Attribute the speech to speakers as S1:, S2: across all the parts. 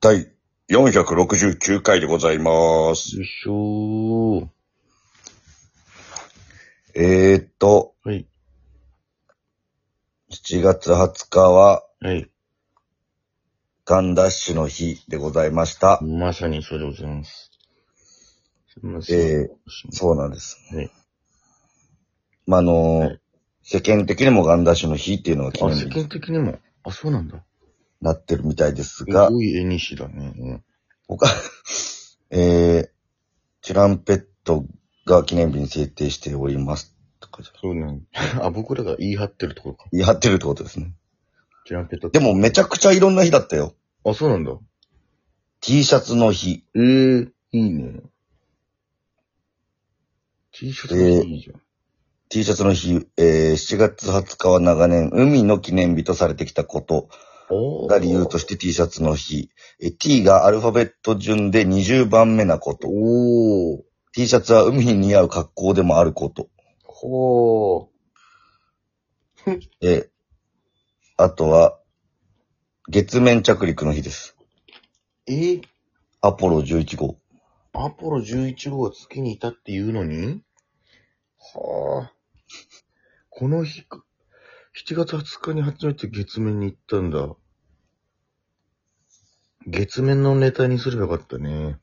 S1: 第469回でございます。
S2: よいしょー。
S1: えーっと、
S2: はい。
S1: 7月20日は、
S2: はい。
S1: ガンダッシュの日でございました。
S2: まさにそうでございます。すみません。
S1: えー、そうなんです。
S2: はい
S1: まあ、あのー
S2: はい
S1: 世間的にもガンダッシュの日っていうのが
S2: あ、
S1: 昨
S2: 世
S1: 日に
S2: 間的にも。あ、そうなんだ。
S1: なってるみたいですが
S2: す、ごい絵西だね。うん
S1: 他、 えー、チュランペットが記念日に制定しております。とかじゃ
S2: そうなんだ。 あ、僕らが言い張ってるところか。
S1: 言い張ってるってことですね。
S2: ジャンペット。
S1: でも、めちゃくちゃいろんな日だったよ。
S2: あ、そうなんだ。
S1: T シャツの日、
S2: えー、いいね。T シャツがいいじゃん。
S1: T シャツの日、えー、7月20日は長年、海の記念日とされてきたこと
S2: おー
S1: が理由として T シャツの日。え T がアルファベット順で20番目なこと。
S2: おー。
S1: T シャツは海に似合う格好でもあること。
S2: ほー。
S1: えー、あとは、月面着陸の日です。
S2: えー
S1: アポロ11号。
S2: アポロ11号は月にいたっていうのにはあ。この日か、7月20日に初めて月面に行ったんだ。月面のネタにすればよかったね。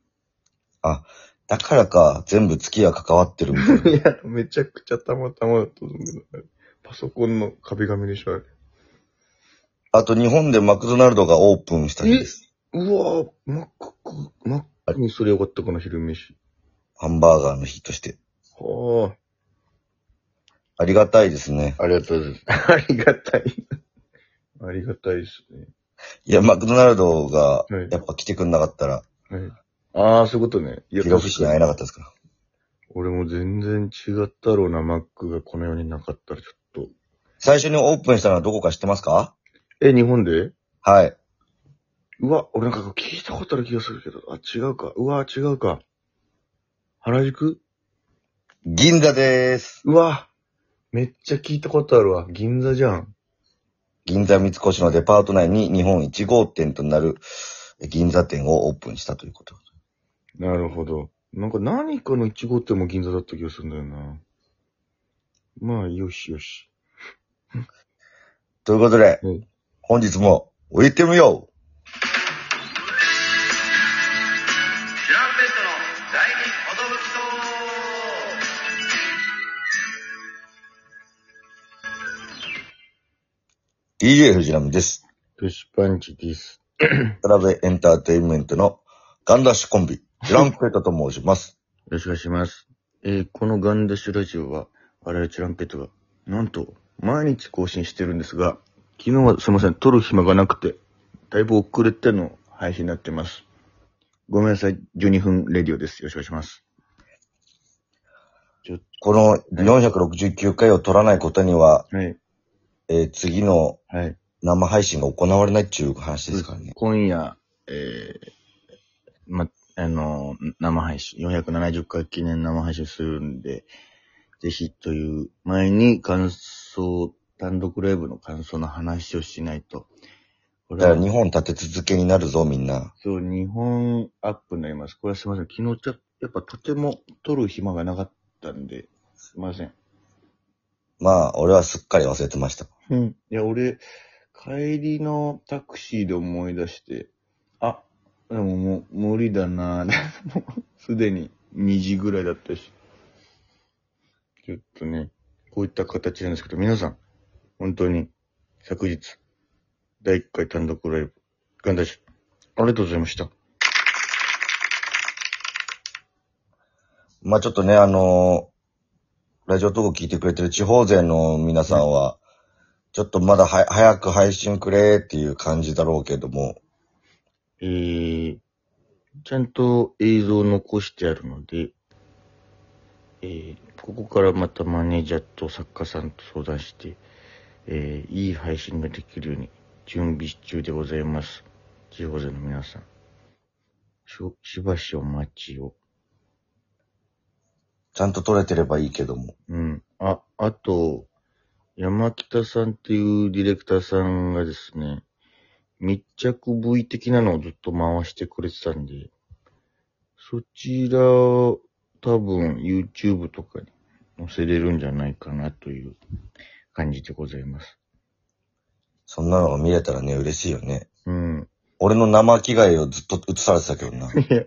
S1: だからか、全部月が関わってるみたい
S2: い
S1: な。
S2: や、めちゃくちゃたまたまだと思うけど、あれパソコンの壁紙でしょ、あれ。
S1: あと、日本でマクドナルドがオープンした日です。
S2: うわぁ、マック、マックにそれよかったかな、昼飯。
S1: ハンバーガーの日として。
S2: は
S1: ありがたいですね。
S2: あ。ありがとうございます。 ありがたい。ありがたいですね。
S1: いや、マクドナルドが
S2: はい、
S1: やっぱ来てくんなかったら、
S2: はい。ああ、そういうことね。いや、
S1: ヒロフ氏に会えなかったですから。
S2: 俺も全然違ったろうな、マックがこの世になかったらちょっと。
S1: 最初にオープンしたのはどこか知ってますか
S2: え、日本で
S1: はい。
S2: うわ、俺なんか聞いたことある気がするけど。あ、違うか。うわ、違うか。原宿
S1: 銀座でーす。
S2: うわ、めっちゃ聞いたことあるわ。銀座じゃん。
S1: 銀座三越のデパート内に日本1号店となる銀座店をオープンしたということ。
S2: なるほど。なんか何かの1号店も銀座だった気がするんだよな。まあ、よしよし。
S1: ということで、
S2: うん
S1: 本日も置いてみよ
S3: チ
S1: う
S3: ュランペットの第二ほどぶきそう
S1: ！DJ 藤波です。
S2: プッシュパンチです。
S1: 渡辺エンターテインメントのガンダッシュコンビ、ジュランペットと申します。
S2: よろしくお願いします。えーこのガンダッシュラジオは、我々チュランペットが、なんと、毎日更新してるんですが、昨日はすいません、撮る暇がなくて、だいぶ遅れての配信になってます。ごめんなさい、12分レディオです。よろしくお願いします。
S1: この469回を取らないことには、
S2: はい、
S1: えー次の
S2: はい。
S1: 生配信が行われないっていう話ですからね。
S2: 今夜、えー、ま、あのー、生配信、470回記念生配信するんで、ぜひという前に感想、単独ライブの感想の話をしないと。これ
S1: だか
S2: は
S1: ら日本立て続けになるぞ、みんな。
S2: そう、日本アップになります。これはすいません。昨日ちょ、やっぱとても撮る暇がなかったんで、すいません。
S1: まあ、俺はすっかり忘れてました。
S2: うん。いや、俺、帰りのタクシーで思い出して、あ、でももう無理だなぁ もうすでに2時ぐらいだったし。ちょっとね、こういった形なんですけど、皆さん、本当に、昨日、第1回単独ライブ、ガンダッシュ、ありがとうございました。
S1: まあちょっとね、あのーラジオトーク聞いてくれてる地方勢の皆さんは、ちょっとまだは早く配信くれっていう感じだろうけども、
S2: えー、ちゃんと映像を残してあるので、えー、ここからまたマネージャーと作家さんと相談して、えー、いい配信ができるように準備中でございます。地方勢の皆さん。しょしばしお待ちを。
S1: ちゃんと撮れてればいいけども、
S2: うん。あ、あと、山北さんっていうディレクターさんがですね、密着部位的なのをずっと回してくれてたんで、そちら、多分 YouTube とかに載せれるんじゃないかなという感じでございます。
S1: そんなのが見れたらね、嬉しいよね。
S2: うん。
S1: 俺の生着替えをずっと映されてたけどな。
S2: いや、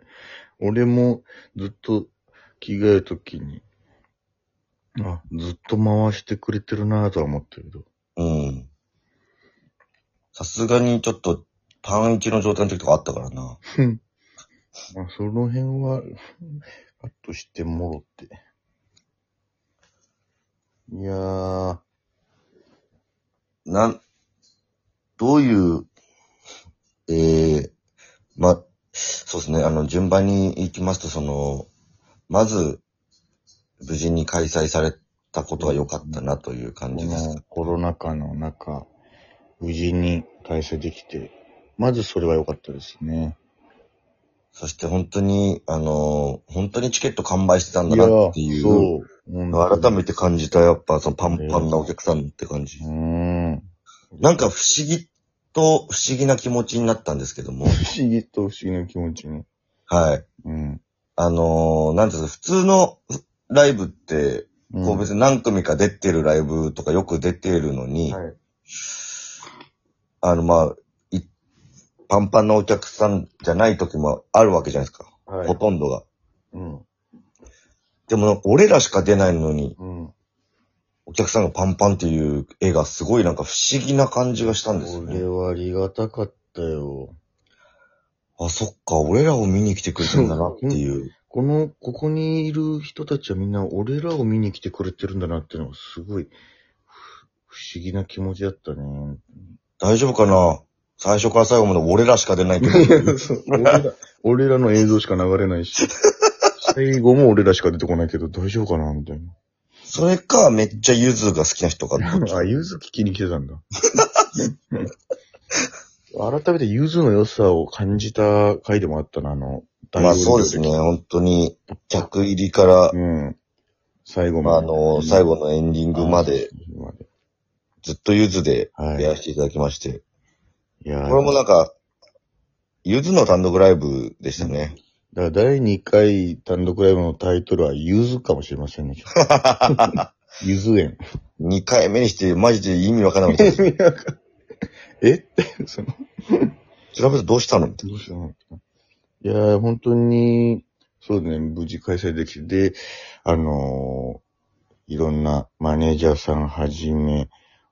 S2: 俺もずっと着替えるときに、あ、ずっと回してくれてるなぁとは思ったけど。
S1: うん。さすがにちょっと、パンイチの状態の時とかあったからな。
S2: まあ、その辺は、カットしてもろって。いやー、
S1: なん、どういう、ええま、そうですね、あの、順番に行きますと、その、まず、無事に開催されたことは良かったなという感
S2: こ
S1: じです。
S2: のコロナ禍の中、無事に開催できて、まずそれは良かったですね。
S1: そして本当に、あの、本当にチケット完売してたんだ
S2: いや
S1: な
S2: ー
S1: っていう、
S2: そう。本当
S1: 改
S2: に
S1: めて感じた、やっぱ、そのパンパンなお客さんって感じ。
S2: うーん。
S1: なんか不思議と不思議な気持ちになったんですけども、
S2: 不思議と不思議な気持ちね。
S1: はい。
S2: うん。
S1: あのー、なんていうんですか、普通のライブって、こう別に何組か出てるライブとかよく出てるのに、
S2: はい。
S1: あの、まあ、いパンパンなお客さんじゃない時もあるわけじゃないですか。
S2: は
S1: ほ
S2: い。
S1: とんどが。
S2: うん。
S1: でも、俺らしか出ないのに、
S2: うん。
S1: お客さんがパンパンっていう絵がすごいなんか不思議な感じがしたんですよ
S2: これ
S1: ね。
S2: はありがたかったよ。
S1: あ、そっか、俺らを見に来てくれてんだなっていう。
S2: この、ここにいる人たちはみんな俺らを見に来てくれてるんだなっていうのがすごいふ不思議な気持ちだっ たね。
S1: 大丈夫かな最初から最後まで俺らしか出ないけど。
S2: 俺ら、俺らの映像しか流れないし、最後も俺らしか出てこないけど大丈夫かなみたい
S1: それか、めっちゃゆずが好きな人か。
S2: な。あ、ゆず聞きに来てたんだ。 改めてゆずの良さを感じた回でもあったな、あの、
S1: まあそうですね、本当に、客入りから
S2: 大、容量で。うん。最後
S1: まああ
S2: まで。
S1: の、最後のエンディングまで、
S2: まで。
S1: ずっとゆずで
S2: はい。
S1: やらせていただきまして。
S2: いやー
S1: これもなんか、ゆずの単独ライブでしたね。
S2: だから第2回単独ライブのタイトルはゆずかもしれませんね。 ゆず園。
S1: 2回目にして、マジで意味わかんなかった。 調
S2: えって、その、
S1: べてどうしたのみたい
S2: どうしたのいやー、本当に、そうね、無事開催できて、で、あのーいろんなマネージャーさんはじめ、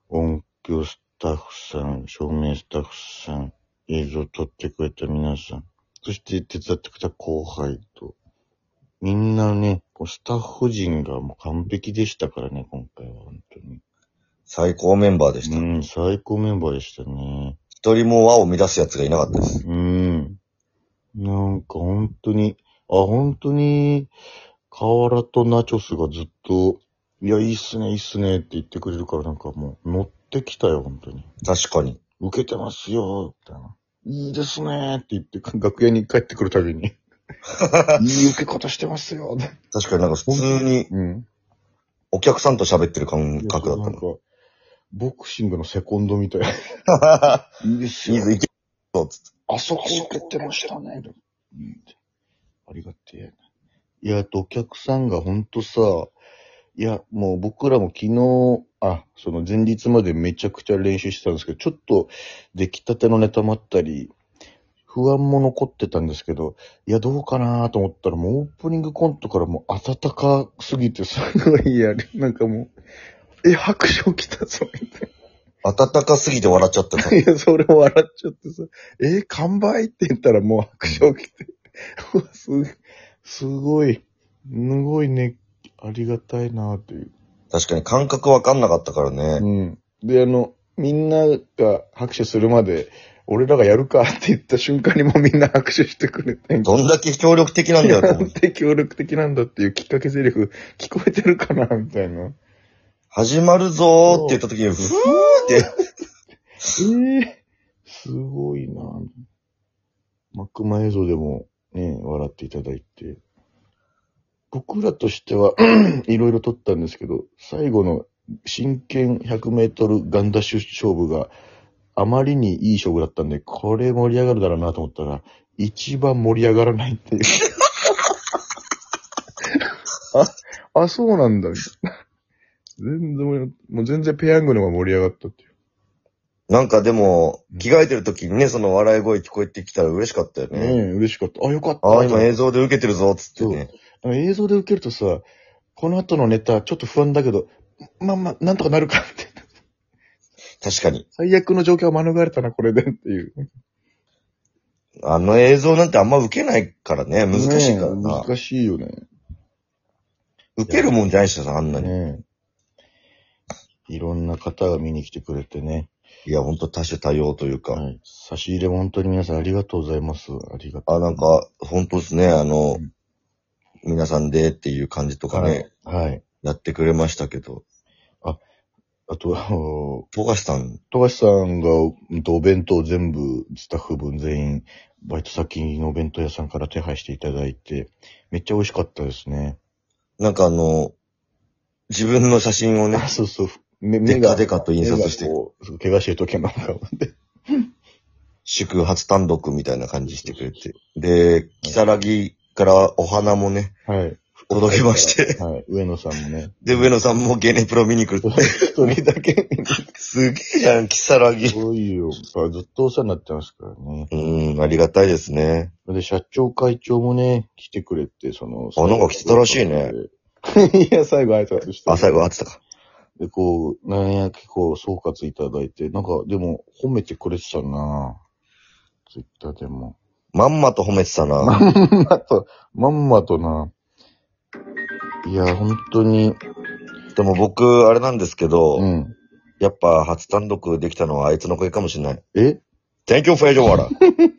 S2: 音響スタッフさん、照明スタッフさん、映像撮ってくれた皆さん、そして手伝ってくれた後輩と、みんなね、こうスタッフ陣がもう完璧でしたからね、今回は本当に。
S1: 最高メンバーでした。
S2: うん、最高メンバーでしたね。
S1: 一人も輪を乱すやつがいなかったです。
S2: うん。なんか本当に、あ、本当に、河原とナチョスがずっと、いや、いいっすね、いいっすねって言ってくれるからなんかもう乗ってきたよ、本当に。
S1: 確かに。
S2: 受けてますよ、みたいな。いいですねって言って、楽屋に帰ってくるたび に。いい受け方してますよ。
S1: 確かになんか普通に
S2: うん。
S1: お客さんと喋ってる感覚だった
S2: なん
S1: の
S2: か。、ボクシングのセコンドみたい。いいです
S1: ゆず いけそうつって
S2: あそこ受けてましたね。ありがてえ。いや、あとお客さんがほんとさ、いや、もう僕らも昨日、あ、その前日までめちゃくちゃ練習してたんですけど、ちょっと出来たてのネタもあったり、不安も残ってたんですけど、いや、どうかなと思ったら、もうオープニングコントからもう温かすぎて、すごい、いや、なんかもう、え、拍手起きたぞ、みたいな。
S1: 暖かすぎて笑っちゃったさ。
S2: いや、それを笑っちゃってさ、えー完売って言ったらもう拍手起きて。うわす、すごい、すごいね、ありがたいなっていう。
S1: 確かに感覚わかんなかったからね。
S2: うん。で、あの、みんなが拍手するまで、俺らがやるかって言った瞬間にもうみんな拍手してくれて。
S1: どんだけ協力的なんだよと 思って。
S2: て協力的なんだっていうきっかけセリフ聞こえてるかなみたいな。
S1: 始まるぞーって言った時に、ふーって、
S2: ええすごいなマックマ映像でもね、笑っていただいて。僕らとしては、 いろいろ撮ったんですけど、最後の真剣100メートルガンダッシュ勝負が、あまりにいい勝負だったんで、これ盛り上がるだろうなと思ったら、一番盛り上がらないっていう。 あ、あ、そうなんだ。みたいな全然盛り上がっ、もう全然ペヤングの方が盛り上がったっていう。
S1: なんかでも、着替えてる時にね、その笑い声聞こえてきたら嬉しかったよ
S2: ね
S1: ね。
S2: え、嬉しかった。あ、よかった。
S1: ああ、今映像で受けてるぞ、つってね。
S2: あの映像で受けるとさ、この後のネタ、ちょっと不安だけど、まあまあ、なんとかなるか、 みたいな。
S1: 確かに。
S2: 最悪の状況は免れたな、これで、っていう。
S1: あの映像なんてあんま受けないからね、難しいから
S2: ね
S1: な。
S2: え難しいよね。
S1: 受けるもんじゃないしさ、あんなに。
S2: ねえいろんな方が見に来てくれてね。
S1: いや、ほんと多種多様というか。
S2: はい。差し入れも本当に皆さんありがとうございます。ありがとう。
S1: あ、なんか、ほんとですね、あの
S2: うん、
S1: 皆さんでっていう感じとかね、
S2: はい。はい。
S1: やってくれましたけど、
S2: あと、あの
S1: 富樫さん、
S2: 富樫さんが、うんとお弁当全部、スタッフ分全員、バイト先のお弁当屋さんから手配していただいて、めっちゃ美味しかったで すね。
S1: なんかあの、自分の写真をね
S2: あ、、そうそう。目
S1: でかでかと印刷して
S2: 目が、こう怪我してる時はなんか、
S1: 祝初単独みたいな感じしてくれて。で、木更木からお花もね、
S2: はい。
S1: 届けまして。
S2: はい。上野さん もね。
S1: で、上野さんもゲネプロ見に来るって。
S2: 一人だけ。
S1: すげえじゃん、木更
S2: す
S1: 木。
S2: ごいよ。あずっとお世話になってますからね。
S1: うん、ありがたいですね。
S2: で、社長会長もね、来てくれて、その、
S1: あなんか来てたらしいね。
S2: いや、最後挨拶して。
S1: あ、最後会ってたか。
S2: で、こう、なんや結構総括いただいて、なんか、でも、褒めてくれてたなツイッターでも。
S1: まんまと褒めてたな。
S2: まんまと、まんまとな。いや、本当に、
S1: でも僕、あれなんですけど、
S2: うん。
S1: やっぱ初単独できたのはあいつの声かもしれない。
S2: え
S1: Thank you for your w a t